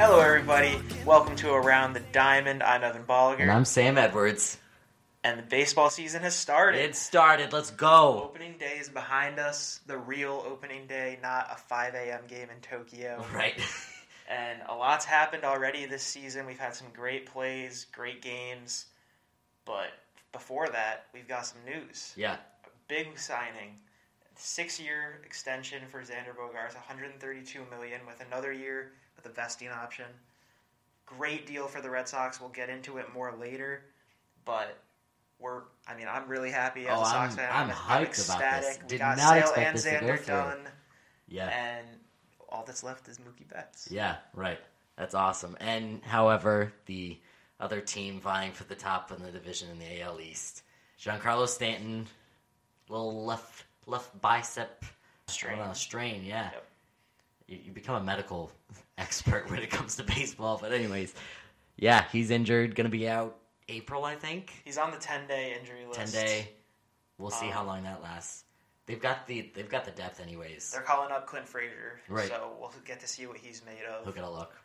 everybody. Welcome to Around the Diamond. I'm Evan Bolliger. And I'm Sam Edwards. And the baseball season has started. It started. Let's go. Opening day is behind us. The real opening day, not a 5 a.m. game in Tokyo. Right. And a lot's happened already this season. We've had some great plays, great games. But before that, we've got some news. yeah. Big signing. Six-year extension for Xander Bogarts, 132 million, with another year with a vesting option. Great deal for the Red Sox. We'll get into it more later, but we're. I mean, I'm really happy as Oh, a Sox I'm- fan. I'm hyped about this. ecstatic. we Did got not Sale expect and this to go Xander through. done, Yeah. and all that's left is Mookie Betts. Yeah, right. That's awesome. And however, the other team vying for the top in the division in the AL East, Giancarlo Stanton, little left left bicep Strain. I don't know, strain. Yeah, Yep. you, you become a medical expert when it comes to baseball. But anyways, yeah, he's injured. Going to be out April, I think. He's on the 10-day injury list. Ten day. We'll see how Um, long that lasts. They've got the they've got the depth, anyways. They're calling up Clint Frazier, Right. so we'll get to see what he's made of. Look at a look.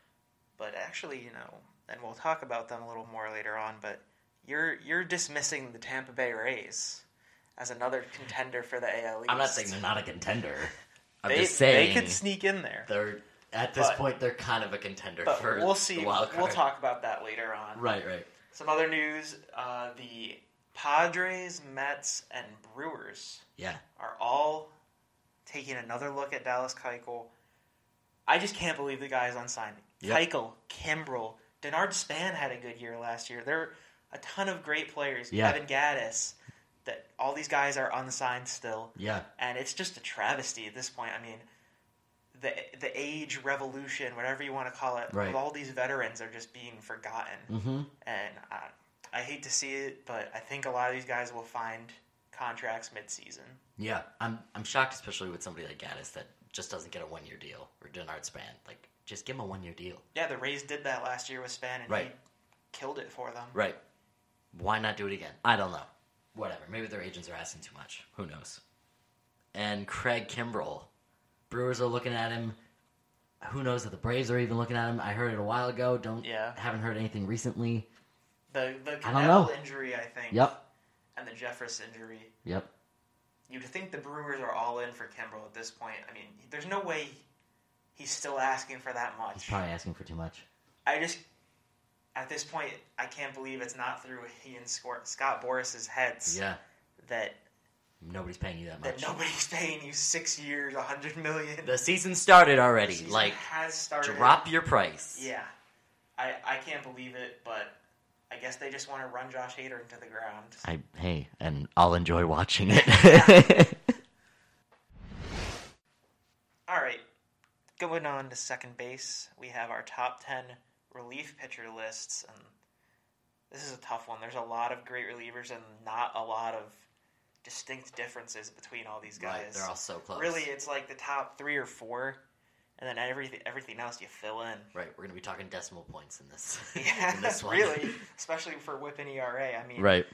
but actually, you know, and we'll talk about them a little more later on, but you're you're dismissing the Tampa Bay Rays as another contender for the AL East. I'm not saying they're not a contender. I'm they, just saying they could sneak in there. they're at this But- point they're kind of a contender But for we'll see. the wild card. We'll talk about that later on. Right, right. Some other news, uh, the Padres, Mets, and Brewers Yeah. are all taking another look at Dallas Keuchel. I just can't believe the guy's on signing. Yep. Keuchel, Kimbrel, Denard Span had a good year last year. There are a ton of great players. Yeah. Kevin Gaddis. That all these guys are unsigned still, Yeah. and it's just a travesty at this point. I mean, the the age revolution, whatever you want to call it, Right. of all these veterans are just being forgotten, Mm-hmm. and I, I hate to see it, but I think a lot of these guys will find contracts mid season. Yeah. I'm I'm shocked especially with somebody like Gaddis that just doesn't get a one year deal or Denard Span. Like just give him a one year deal. Yeah, the Rays did that last year with Span, and he Right. killed it for them. Right. Why not do it again? I don't know. Whatever. Maybe their agents are asking too much. Who knows? And Craig Kimbrell. Brewers are looking at him. Who knows if the Braves are even looking at him? I heard it a while ago. Don't Yeah. haven't heard anything recently. The the I don't know. Cannell injury, I think. Yep. And the Jeffress injury. Yep. You'd think the Brewers are all in for Kimbrel at this point. I mean, there's no way he's still asking for that He's much. probably asking for too much. I just at this point I can't believe it's not through he and Scor- Scott Boris's heads Yeah. that Nobody's paying you that that much. nobody's paying you six years, a hundred million. the season started The already. season like, has started. drop your price. Yeah, I I can't believe it, but I guess they just want to run Josh Hader into the ground. I hey, and I'll enjoy watching it. All right, going on to second base, we have our top ten relief pitcher lists, and this is a tough one. There's a lot of great relievers and not a lot of distinct differences between all these guys. right, they're all so close. really, it's like the top three or four, and then everything everything else you fill in. Right, we're gonna be talking decimal points in this. Yeah, in this one. really, especially for whipping ERA. I mean, Right.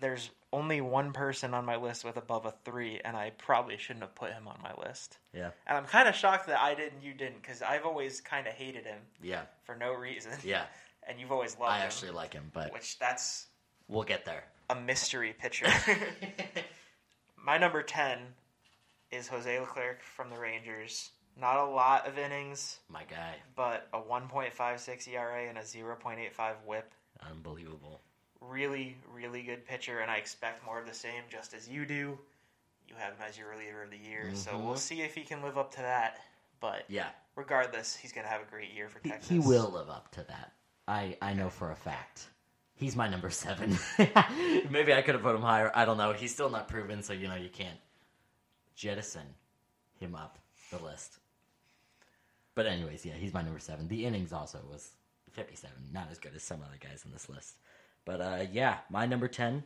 there's only one person on my list with above a three, and I probably shouldn't have put him on my list. Yeah. And I'm kind of shocked that I didn't, you didn't, because I've always kind of hated him Yeah. for no reason. Yeah. And you've always loved I him, actually like him, but which that's we'll get there. a mystery pitcher. my number 10 is Jose Leclerc from the Rangers. Not a lot of innings, My guy. but a 1.56 ERA and E a 0.85 whip. Unbelievable. really, really good pitcher, and I expect more of the same, just as you do. You have him as your reliever of the year, so we'll Mhm. see if he can live up to that. But Yeah. regardless, he's going to have a great year for He, Texas. he will live up to that. I, I know for a fact. He's my number seven. Maybe I could have put him higher. I don't know. He's still not proven, so you know you can't jettison him up the list. But anyways, yeah, he's my number seven. The innings also was fifty-seven, not as good as some other guys on this list. But uh, yeah, my number ten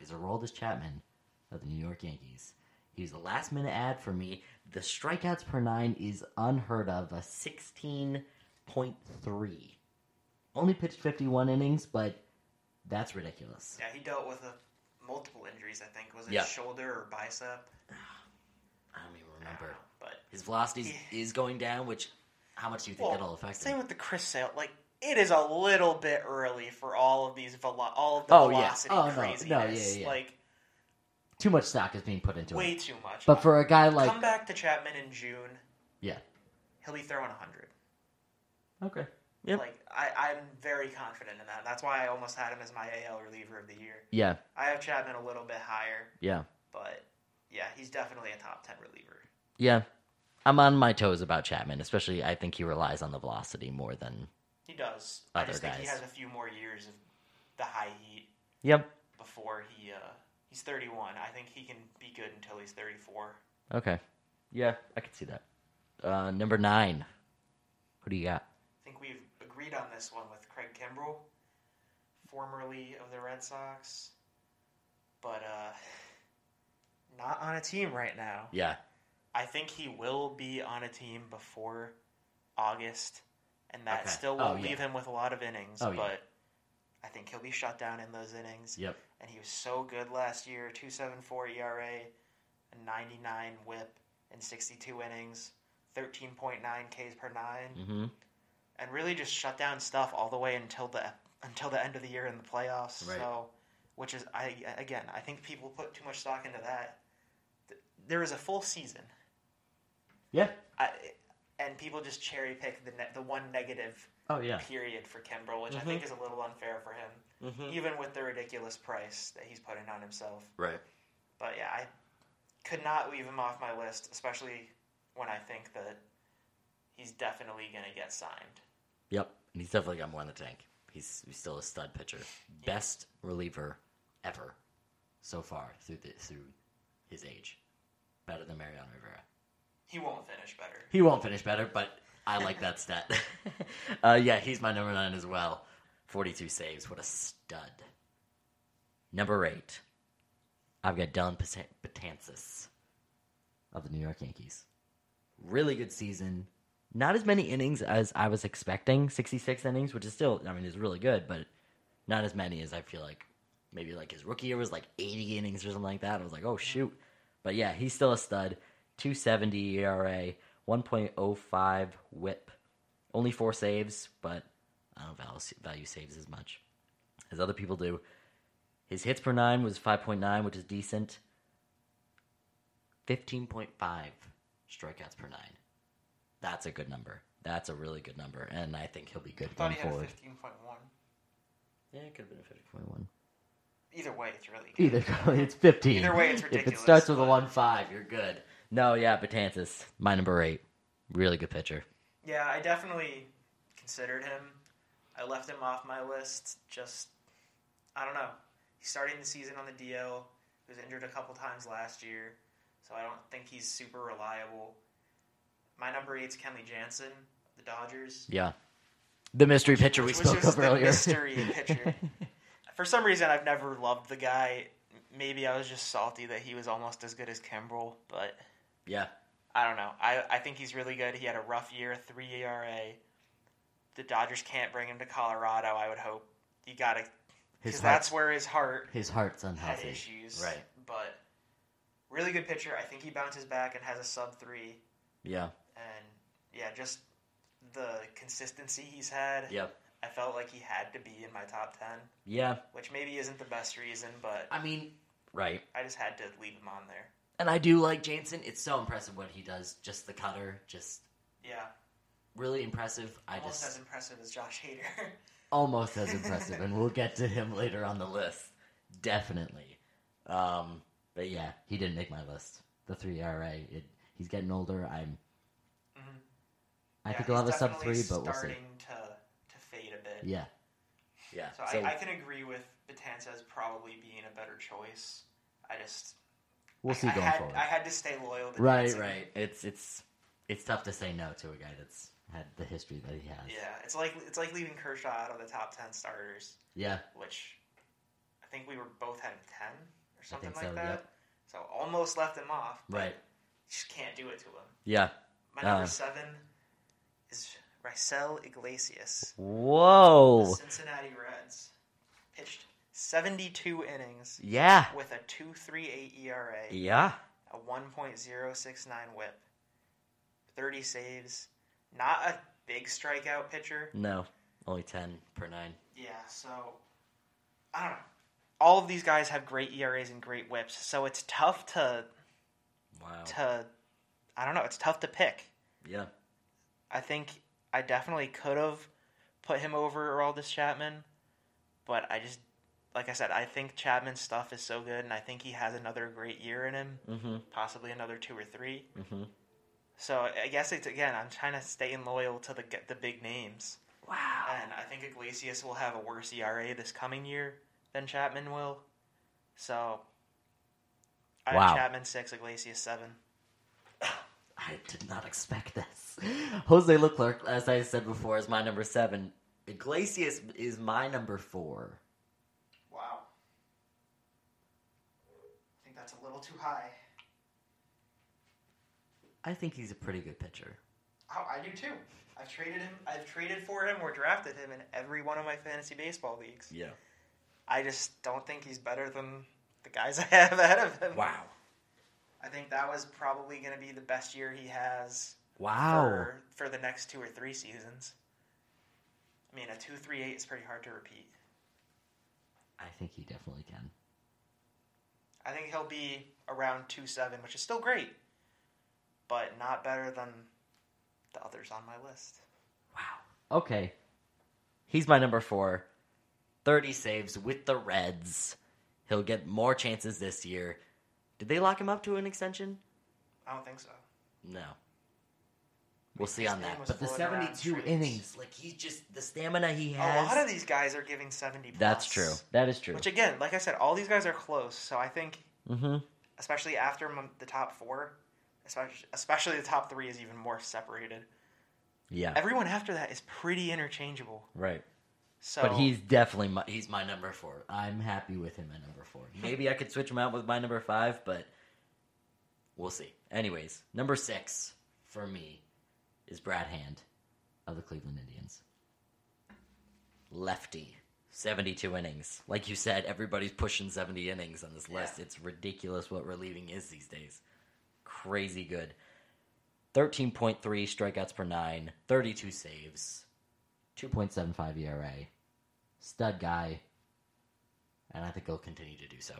is Aroldis Chapman of the New York Yankees. He was a last minute ad for me. The strikeouts per nine is unheard of, a sixteen point three. Only pitched fifty one innings, but that's ridiculous. Yeah, he dealt with a, multiple injuries, I think. Was it Yeah. shoulder or bicep? I don't even I don't remember. know, But His velocity Yeah. is going down, which how much do you think Well, that'll affect same him? with the Chris Sale. Like, it is a little bit early for all of these velo- all of the Oh, yeah. velocity Oh, no. No, yeah, craziness. yeah. Like Too much stock is being put into way it. too much. But for a guy like come back to Chapman in June, yeah, he'll be throwing hundred. okay, Yep. Like I, I'm very confident in that. That's why I almost had him as my AL reliever of the year. yeah, I have Chapman a little bit higher, yeah, but yeah, he's definitely a top ten reliever. yeah. I'm on my toes about Chapman, especially I think he relies on the velocity more than. He does. I Other just think he guys. has a few more years of the high heat Yep. before he uh, he's 31. I think he can be good until he's 34. Okay. Yeah, I could see that. Uh, number nine. Who do you got? I think we've agreed on this one with Craig Kimbrell, formerly of the Red Sox, but uh, not on a team right now. Yeah. I think he will be on a team before August, and that Okay. still Oh, won't yeah. leave him with a lot of innings. Oh, yeah. but I think he'll be shut down in those innings. Yep. and he was so good last year 274 ERA, E a 99 whip in 62 innings, 13.9 Ks per 9 Mm-hmm. and really just shut down stuff all the way until the until the end of the year in the playoffs. Right. So, which is I again, I think people put too much stock into that. Th- There is a full season. Yeah. I, and people just cherry pick the ne- the one negative Oh yeah. period for Kimbrel, which Mhm. I think is a little unfair for him, Mm-hmm. even with the ridiculous price that he's putting on himself. Right. But yeah, I could not leave him off my list, especially when I think that he's definitely going to get signed. Yep. And he's definitely got more in the tank. He's, he's still a stud pitcher. Best reliever ever so far through the, through his age. Better than Mariano Rivera. He won't finish better. He won't finish better, but I like that stat. uh, yeah, he's my number nine as well. 42 saves. What a stud. Number eight. I've got Dylan Pata- Patansis of the New York Yankees. Really good season. Not as many innings as I was expecting. 66 innings, which is still, I mean, is really good, but not as many as I feel like maybe like his rookie year was like 80 innings or something like that. I was like, oh, shoot. But yeah, he's still a stud. E 270 ERA, 1.05 whip. Only four saves, but I don't value, value saves as much as other people do. His hits per nine was 5.9, which is decent. 15.5 strikeouts per nine. That's a good number. That's a really good number, and I think he'll be good I thought going he had a forward. 15.1. Yeah, it could have been a 51. Either way, it's really good. Either go- it's 15. Either way, it's If it ridiculous, starts with a but- 1 5, you're good. No, yeah, Batantis, my number 8. Really good pitcher. Yeah, I definitely considered him. I left him off my list. Just, I don't know. He's starting the season on the DL. He was injured a couple times last year, so I don't think he's super reliable. My number eight's Kenley Jansen, the Dodgers. Yeah. The mystery pitcher we which spoke was of the earlier. mystery pitcher. For some reason, I've never loved the guy. M- Maybe I was just salty that he was almost as good as Kimbrel, but yeah. I don't know. I, I think he's really good. He had a rough year, three ERA. The Dodgers can't bring him to Colorado. I would hope you got to His because that's where his heart His heart's had unhealthy. issues. Right. but really good pitcher. I think he bounces back and has a sub three, Yeah. and yeah, just the consistency he's had. Yep. I felt like he had to be in my top ten. Yeah. which maybe isn't the best reason, but I mean, right. I just had to leave him on there. And I do like Jansen. It's so impressive what he does. Just the cutter, just Yeah, really impressive. I almost just as impressive as Josh Hader. almost as impressive, and we'll get to him later on the list, definitely. Um, but yeah, he didn't make my list. The three RA, it, he's getting older. I'm. Mhm. I Yeah, think he'll have a he's sub definitely three, but we'll see. starting to to fade a bit. Yeah, yeah. So, I, I can agree with Betances probably being a better choice. I just we'll I- see I, going had, forward. I had to stay loyal. to right, Jansen. right. It's it's it's tough to say no to a guy that's had the history that he has. Yeah, it's like it's like leaving Kershaw out of the top ten starters, yeah, which I think we were both had him ten or something think like so, that. yep. So almost left him off. but right. Just can't do it to him. Yeah. My number Uh. seven is Rysel Iglesias. The Whoa. Cincinnati Reds pitched 72 innings Yeah. with a 2.38 ERA, Yeah. E a 1.069 WHIP, 30 saves. Not a big strikeout pitcher, No. Only ten per nine. Yeah, so I don't know. All of these guys have great ERAs and great whips, so it's tough to Wow. to I don't know, it's tough to pick. Yeah. I think I definitely could have put him over Aroldis Chapman, but I just like I said, I think Chapman's stuff is so good and I think he has another great year in him, Mm-hmm. possibly another 2 or 3. Mm-hmm. So I guess it's again, I'm trying to stay loyal to the the big names. Wow. And I think Iglesias will have a worse ERA this coming year than Chapman will. So I Wow. have Chapman six, Iglesias seven. I did not expect this. Jose Leclerc, as I said before, is my number seven. Iglesias is my number four. Wow. I think that's a little too high. I think he's a pretty good pitcher. Oh, I do too. I've traded him I've traded for him or drafted him in every one of my fantasy baseball leagues. Yeah. I just don't think he's better than the guys I have ahead of him. Wow. I think that was probably gonna be the best year he has Wow. for, for the next two or three seasons. I mean, a two three eight is pretty hard to repeat. I think he definitely can. I think he'll be around two seven, which is still great, but not better than the others on my list. Wow. Okay. He's my number four. 30 saves with the Reds. He'll get more chances this year. Did they lock him up to an extension? I don't think so. No. We'll see his on name that. was But the floating around 72 streets. innings, like he's just the stamina he A has. lot of these guys are giving seventy. Plus, That's true. That is true. Which again, like I said, all these guys are close. So I think, mm-hmm. especially after m- the top four, especially especially the top three is even more separated. Yeah. Everyone after that is pretty interchangeable. Right. So But he's definitely my, he's my number four. I'm happy with him at number four. Maybe I could switch him out with my number five, but we'll see. Anyways, number six for me is Brad Hand of the Cleveland Indians. Lefty, seventy-two innings. Like you said, everybody's pushing seventy innings on this list. It's ridiculous what relieving is these days. Crazy good. 13.3 strikeouts per nine, 32 saves, 2.75 ERA, E stud guy, and I think he'll continue to do so.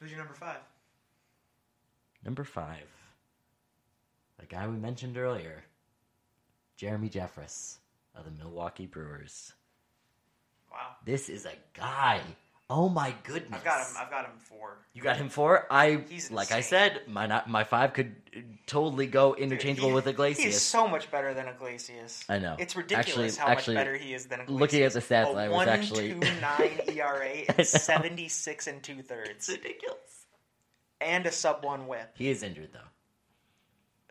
who's your number five? Number five, the guy we mentioned earlier, Jeremy Jeffress of the Milwaukee Brewers. Wow, This is a guy. Oh my goodness! I've got him. I've got him four. You got him four. I He's like I insane. said, my not, my five could uh, totally go interchangeable He- with Iglesias. He's so much better than Iglesias. I know. It's ridiculous Actually- how actually, much better he is than Iglesias. Looking at the stats, I a was one actually two nine ERA I know. and seventy six and two It's thirds, ridiculous. and a sub one whip He is injured though,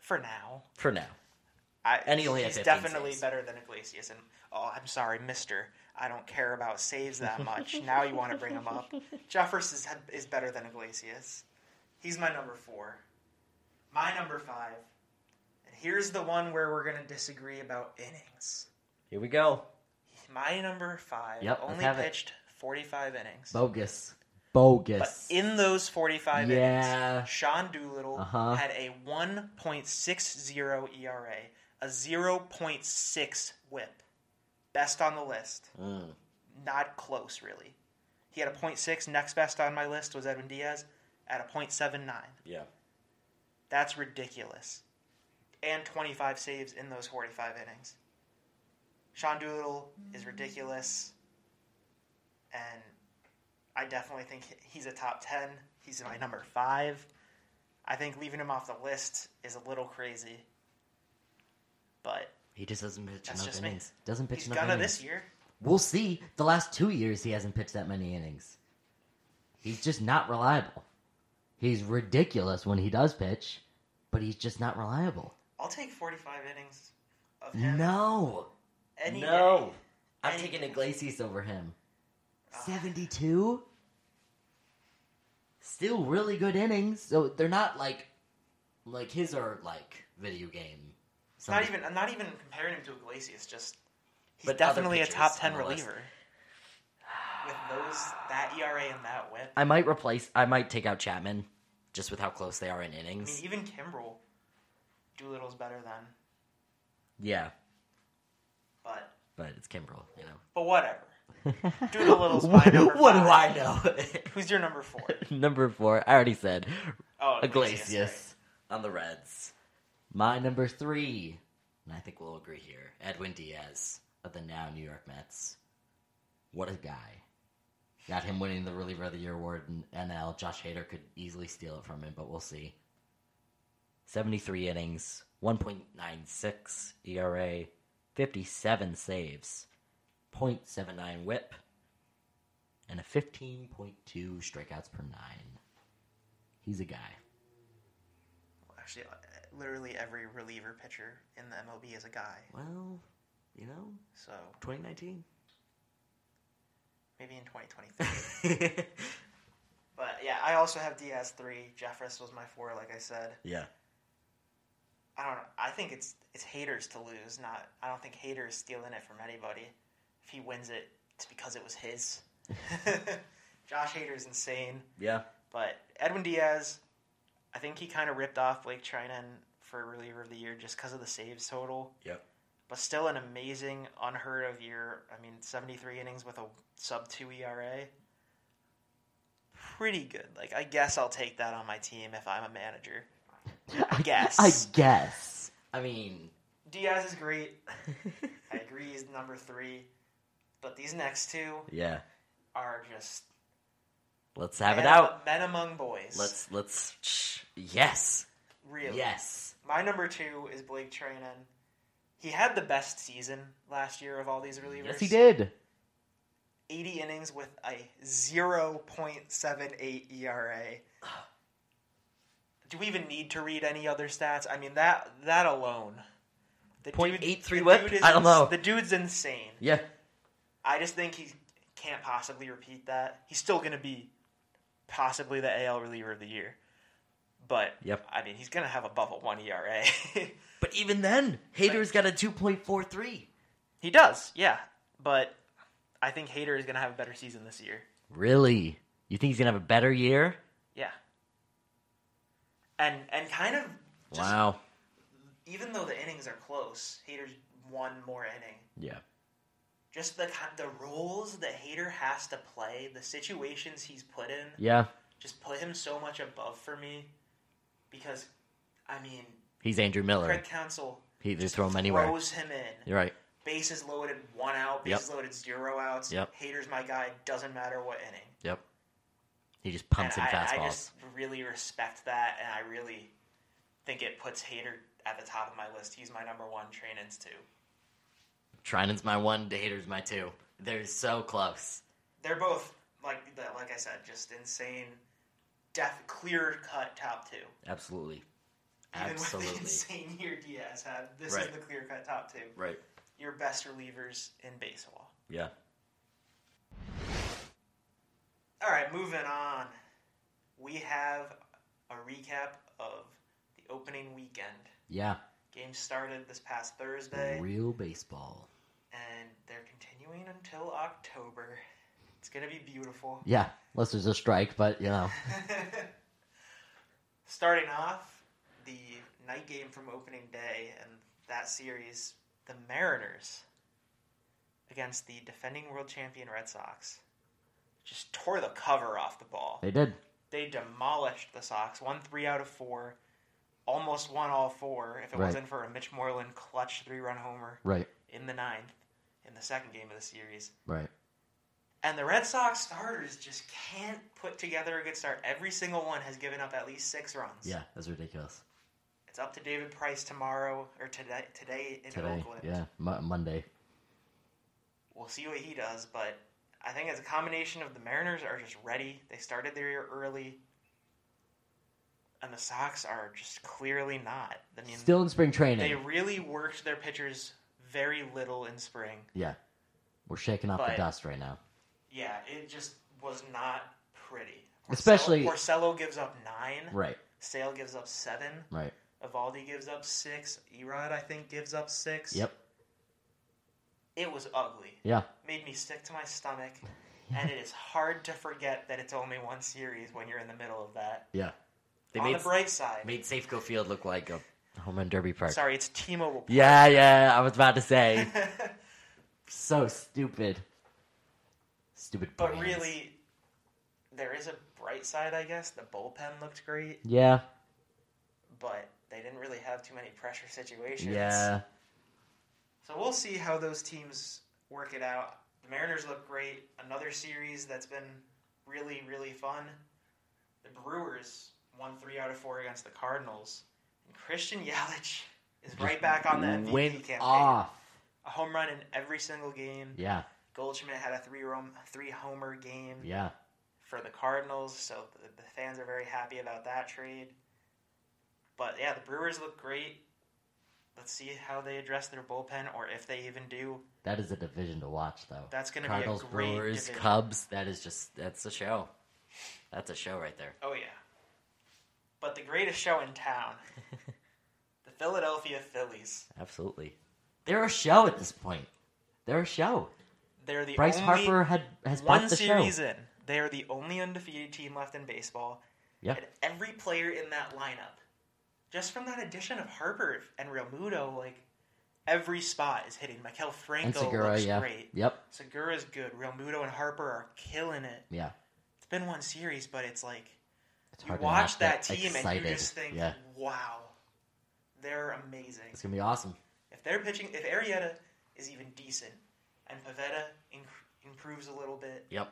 for now. for now. I, And he only had he's 15 definitely saves. better than Iglesias. And oh, I'm sorry, Mister, I don't care about saves that much. now you want to bring him up? Jeffers is is better than Iglesias. He's my number four. My number five. And here's the one where we're gonna disagree about innings. Here we go. My number five Yep, let's only have it. pitched 45 innings. Bogus. Bogus. But in those 45 Yeah. innings, Sean Doolittle Uh-huh. had a 1.60 ERA, E a 0.6 whip. Best on the list. Mm. Not close, really. He had a 0.6. Next best on my list was Edwin Diaz at a 0.79. Yeah. That's ridiculous. And 25 saves in those 45 innings. Sean Doolittle is ridiculous. And I definitely think he's a top 10. He's my number five. I think leaving him off the list is a little crazy. But He just doesn't pitch That's enough just me. innings. Doesn't pitch he's enough gonna innings. this year. We'll see. The last two years, he hasn't pitched that many innings. He's just not reliable. He's ridiculous when he does pitch, but he's just not reliable. I'll take 45 innings of him. No. any no. day. I'm Any taking day. Iglesias over him. Ugh. 72? Still really good innings. So they're not like like his are like video game. It's not even. I'm not even comparing him to Iglesias. Just he's But other definitely a pitchers top ten on the list. reliever. With those that ERA and that whip, I might replace I might take out Chapman just with how close they are in I mean, innings. even Kimbrel, Doolittle's better than. Yeah. But but it's Kimbrel, you know. But whatever. Doodle-little's my what, number what do five. I know? Who's your number four? number four, I already said Oh, Iglesias, Iglesias on the Reds. My number three, and I think we'll agree here, Edwin Diaz of the now New York Mets. What a guy. Got him winning the Reliever of the Year award in NL. Josh Hader could easily steal it from him, but we'll see. 73 innings, 1.96 ERA, 57 saves, 0.79 whip, and a 15.2 strikeouts per nine. He's a guy. right? Actually, uh, literally every reliever pitcher in the MLB is a guy. Well, you know, So 2019. maybe in 2023. but yeah, I also have Diaz three. Jeffress was my four, like I said. yeah. I don't know. I think it's it's haters to lose. Not I don't think haters stealing it from anybody. If he wins it, it's because it was his. Josh Hader's insane, Yeah. but Edwin Diaz, I think he kind of ripped off Blake Trinan for reliever of the year just because of the saves total. Yep. But still an amazing, unheard of year. I mean, seventy three innings with a sub two ERA. Pretty good. Like I guess I'll take that on my team if I'm a manager. I guess. I guess. I mean, Diaz is great. I agree he's number three, but these next two yeah. are just Let's have men, it out. men among boys. Let's let's. shh. Yes. really. Yes. My number two is Blake Trinan. He had the best season last year of all these relievers. Yes, he did. 80 innings with a 0.78 ERA. E Do we even need to read any other stats? I mean that that alone. The 0.83 the whip? dude is I don't ins- know. The dude's insane. Yeah. I just think he can't possibly repeat that. He's still going to be possibly the AL reliever of the year. But Yep. I mean, he's going to have above a E 1 ERA. But even then, Hader's got a 2.43. he does. Yeah. But I think Hader is going to have a better season this year. Really? You think he's gonna have a better year? Yeah. And and kind of just wow. even though the innings are close, Hader's one more inning. Yeah. Just the kind- the roles that Hader has to play, the situations he's put in. Yeah. just put him so much above for me because I mean He's Andrew Miller. Craig Council He just just throw him anywhere. throws him in. You're right. Bases loaded, one out. Yep. Bases loaded, zero outs. Yep. Haters my guy. Doesn't matter what inning. Yep. He just And pumps in I, fastballs. I just really respect that, and I really think it puts Hater at the top of my list. He's my number one. Trainings too. Trinan's my one, Hader's my two. They're so close. They're both like the, like I said, just insane, def clear cut top two. Absolutely. Even Absolutely. with the insane year Diaz had, this Right. is the clear cut top two. Right. your best relievers in baseball. Yeah. All right, moving on. We have a recap of the opening weekend. Yeah. Games started this past Thursday, Real baseball. and they're continuing until October. It's going to be beautiful. Yeah. Unless there's a strike, but you know. Starting off, the night game from opening day and that series, the Mariners against the defending world champion Red Sox just tore the cover off the ball. They did. they demolished the Sox, won three out of four, almost won all four if it Right. wasn't for a Mitch Moreland clutch three run homer Right. in the ninth in the second game of the series. Right. And the Red Sox starters just can't put together a good start. Every single one has given up at least six runs. Yeah. That's ridiculous. It's up to David Price tomorrow or today today in Today. Oakland. Yeah. Mo- Monday. We'll see what he does, but I think it's a combination of the Mariners are just ready. They started their year early. And the Sox are just clearly not. I mean, Still in spring training. They really worked their pitchers very little in spring. Yeah. We're shaking off the But- dust right now. Yeah, it just was not pretty. Especially- Porcello gives up nine. Right. Sale gives up seven. Right. Evaldi gives up six. Erod, I think, gives up six. Yep. It was ugly. Yeah. Made me sick to my stomach. and it is hard to forget that it's only one series when you're in the middle of that. Yeah. They On made the bright side. made Safeco Field look like a home run derby park. Sorry, it's T-Mobile. Yeah, yeah, I was about to say. So stupid. Stupid. But brands. really, there is a bright side, I guess. The bullpen looked great, Yeah. but they didn't really have too many pressure situations. Yeah. So we'll see how those teams work it out. The Mariners look great. Another series that's been really, really fun. The Brewers won three out of four against the Cardinals. And Christian Yelich is right back on the MVP Went campaign. off. A home run in every single game. Yeah. Goldschmidt had a three room, three homer game Yeah. for the Cardinals, so the, the fans are very happy about that trade. But yeah, the Brewers look great. Let's see how they address their bullpen, or if they even do. That is a division to watch, though. That's going to be a Cardinals, great Brewers, division. Cubs. That is just that's a show. That's a show right there. Oh yeah. But the greatest show in town, the Philadelphia Phillies. Absolutely. They're a show at this point. They're a show. They're the Bryce only Harper had has one bought the show. series in. They are the only undefeated team left in baseball. Yeah. And every player in that lineup, just from that addition of Harper and Realmuto, like every spot is hitting. Mikel Franco And Segura, looks yeah. great. Yep. Segura's good. Realmuto and Harper are killing it. Yeah. It's been one series, but it's like It's you hard to watch not that get team excited. and you just think, yeah, wow, they're amazing. it's gonna be awesome. If they're pitching, if Arietta is even decent, and Pavetta inc- improves a little bit, Yep.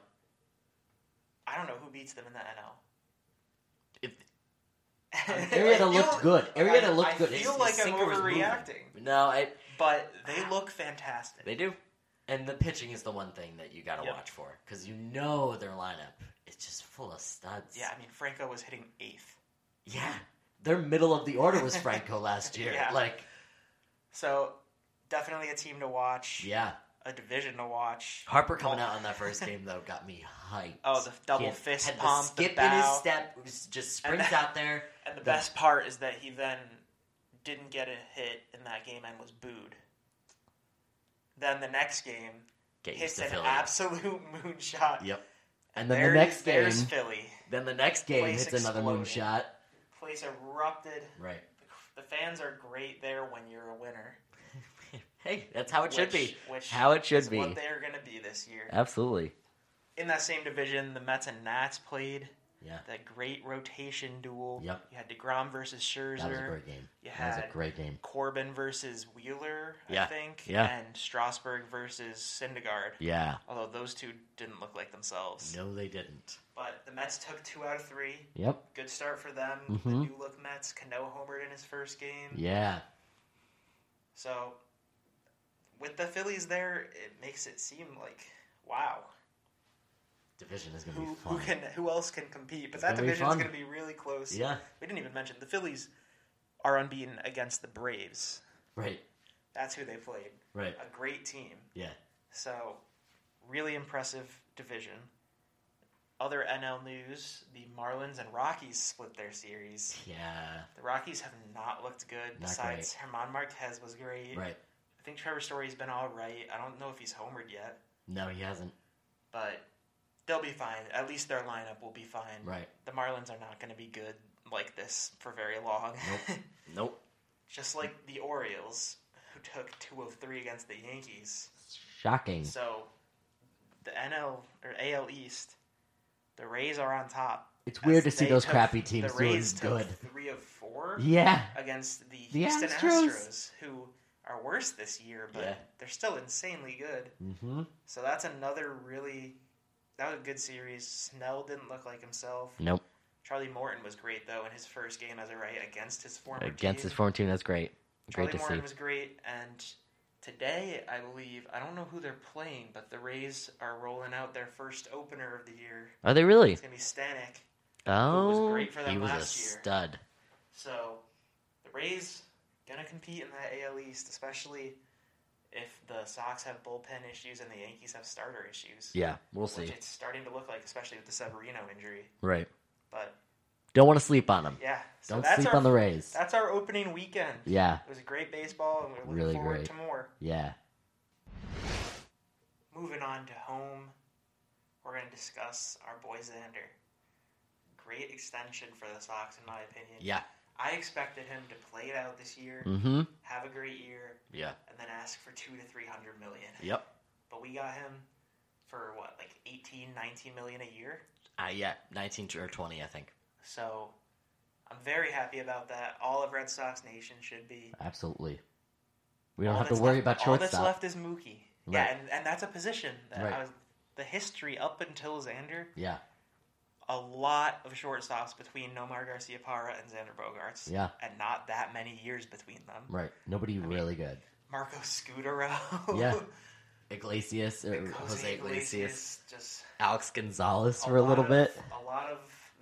I don't know who beats them in the NL. If Like, I Arietta feel- looked good. Arietta I- looked I good. feel like I'm overreacting, No, I, but they look fantastic. they do. And the pitching is the one thing that you gotta Yep. watch for because you know their lineup is just full of studs. yeah, I mean Franco was hitting eighth, Yeah. Their middle of the order was Franco last year. Yeah. Like, so definitely a team to watch, yeah. a division to watch. Harper coming out on that first game though got me hyped. Oh, the double Kid fist had the pump, the skip in bow. his step, was just And sprints then- out there. And the Yeah. best part is that he then didn't get a hit in that game and was booed. Then the next game, Get used hits to an Philly. absolute moonshot. Yep. And then There- the next game, there's Philly. then the next game Place hits another exploded. moonshot. Place erupted. Right. The fans are great there when you're a winner. hey, that's how Oh, it should be. which- Which How it should is be. What they're going to be this year. Absolutely. In that same division, the Mets and Nats played Yeah. that great rotation duel. Yep. You had Degrom versus Scherzer. That was a great game. You That was had a great game. Corbin versus Wheeler, I Yeah. think. Yeah. And Strasburg versus Syndergaard. Yeah. Although those two didn't look like themselves. No, they didn't. But the Mets took two out of three. Yep. Good start for them. The Mhm. new look Mets. Cano homered in his first game. Yeah. So with the Phillies there, it makes it seem like wow, Division is gonna who, be who fun. can who else can compete? But It's that gonna be division is fun. going to be really close. Yeah. We didn't even mention the Phillies are unbeaten against the Braves. Right. That's who they played. Right. A great team. Yeah. So really impressive division. Other NL news: the Marlins and Rockies split their series. Yeah. The Rockies have not looked good. Not besides, Herman Marquez was great. Right. I think Trevor Story's been all right. I don't know if he's homered yet, No, he hasn't. but they'll be fine. At least their lineup will be fine. Right. The Marlins are not going to be good like this for very long. Nope. Nope. Just like the Orioles, who took two of three against the Yankees. Shocking. So the NL or AL East, the Rays are on top. It's weird to as see they those took- crappy teams the doing Rays good. Took three of four. Yeah. against the, The Houston Astros. Astros. who are worse this year, but Yeah. they're still insanely good. Mm-hmm. So that's another really that was a good series. Snell didn't look like himself. Nope. Charlie Morton was great though in his first game as a right against his former Against team. his former team, that's great. Charlie Great to Morton see. was great, and today I believe I don't know who they're playing, but the Rays are rolling out their first opener of the year. Are they really? It's gonna be Stanek. was Oh, great for them he was a last year. stud. So the Rays gonna compete in that AL East, especially if the Sox have bullpen issues and the Yankees have starter issues. Yeah, we'll see. Which it's starting to look like, especially with the Severino injury. Right. But Don't want to sleep on him. yeah, so Don't that's sleep our, on the Rays. That's our opening weekend. Yeah, It was great baseball, and we're looking Really forward great. to more. yeah. Moving on to home, we're gonna discuss our boy Xander. Great extension for the Sox, in my opinion. Yeah. I expected him to play it out this year, Mm-hmm. have a great year, Yeah. and then ask for two to three hundred million. Yep. we got him for what, like 18, 19 million a year. Uh, yeah, 19 or 20, I think. So I'm very happy about that. All of Red Sox Nation should be. Absolutely. We don't all have to that's worry left- about All that's shortstop. left is Mookie. Right. Yeah, and, and that's a position. That Right. I was, the history up until Xander, Yeah, a lot of shortstops between Nomar Garcia Parra and Xander Bogarts, yeah, and not that many years between them. right. Nobody really good. Marco Scudero. Yeah. Iglesias or Jose Iglesias. Just Alex Gonzalez for a little lot bit. of- A lot of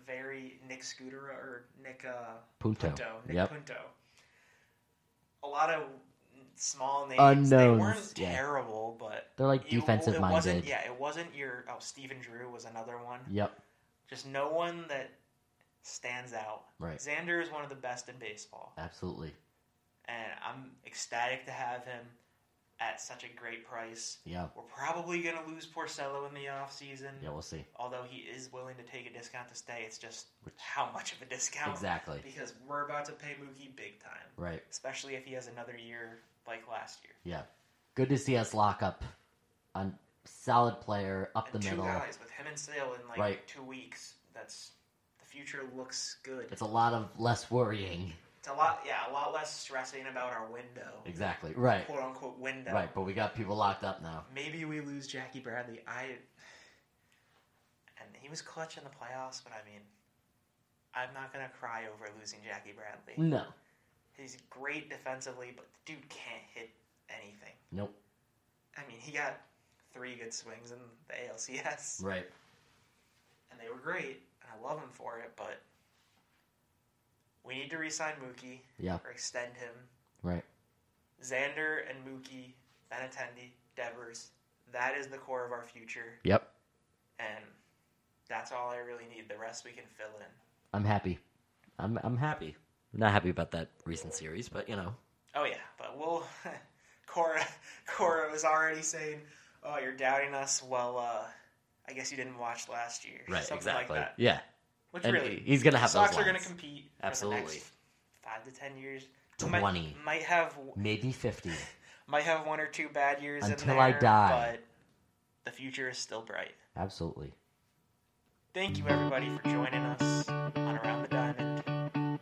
very Nick Scudero or Nick uh, Punto. Punto. Nick Yep. Punto. A lot of small names. Unknowns, They weren't yeah. terrible, but They're like you- defensive it minded. Wasn't, yeah, it wasn't your. Oh, Stephen Drew was another one. Yep. Just no one that stands out. Right. Xander is one of the best in baseball, Absolutely. and I'm ecstatic to have him at such a great price. Yeah. We're probably going to lose Porcello in the offseason, Yeah. We'll see. although he is willing to take a discount to stay. It's just Which- how much of a discount? Exactly. Because we're about to pay Mookie big time, Right. especially if he has another year like last year. Yeah. Good to see us lock up on solid player up the and two middle. guys with him and Sale in like Right. two weeks. That's the future looks good. It's a lot of less worrying. It's a lot, yeah, a lot less stressing about our window, Exactly. Right. quote unquote window. Right. But we got people locked up now. Maybe we lose Jackie Bradley. I and he was clutch in the playoffs, but I mean, I'm not gonna cry over losing Jackie Bradley. No. He's great defensively, but the dude can't hit anything. Nope. I mean, he got three good swings in the ALCS. Right. and they were great, and I love him for it, but we need to re-sign Mookie Yeah. or extend him. Right. Xander and Mookie, Benatendi, Devers, that is the core of our future, Yep. and that's all I really need. The rest we can fill in. I'm happy. I'm I'm happy. Not happy about that recent series, but you know. Oh yeah, but we'll. Cora, Cora was already saying, "Oh, you're doubting us." Well, uh, I guess you didn't watch last year, something like that. Yeah. Which And really, he's gonna have the Sox those are going to lines. compete. Absolutely. For the next five to ten years. 20. Might, might have Maybe fifty. might have one or two bad years in Until there, I die. But the future is still bright. Absolutely. Thank you everybody for joining us on Around the Diamond.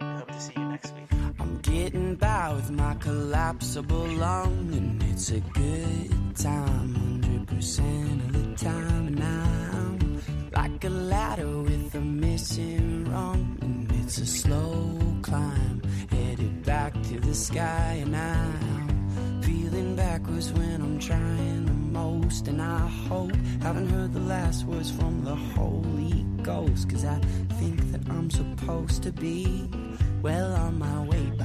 I hope to see you next week. I'm getting by with my collapsible lung, and it's a good time, 100% of the time. And I'm like a ladder with a missing rung, and it's a slow climb, headed back to the sky. And I'm feeling backwards when I'm trying the most, and I hope haven't heard the last words from the Holy Ghost, cause I think that I'm supposed to be well on my way back.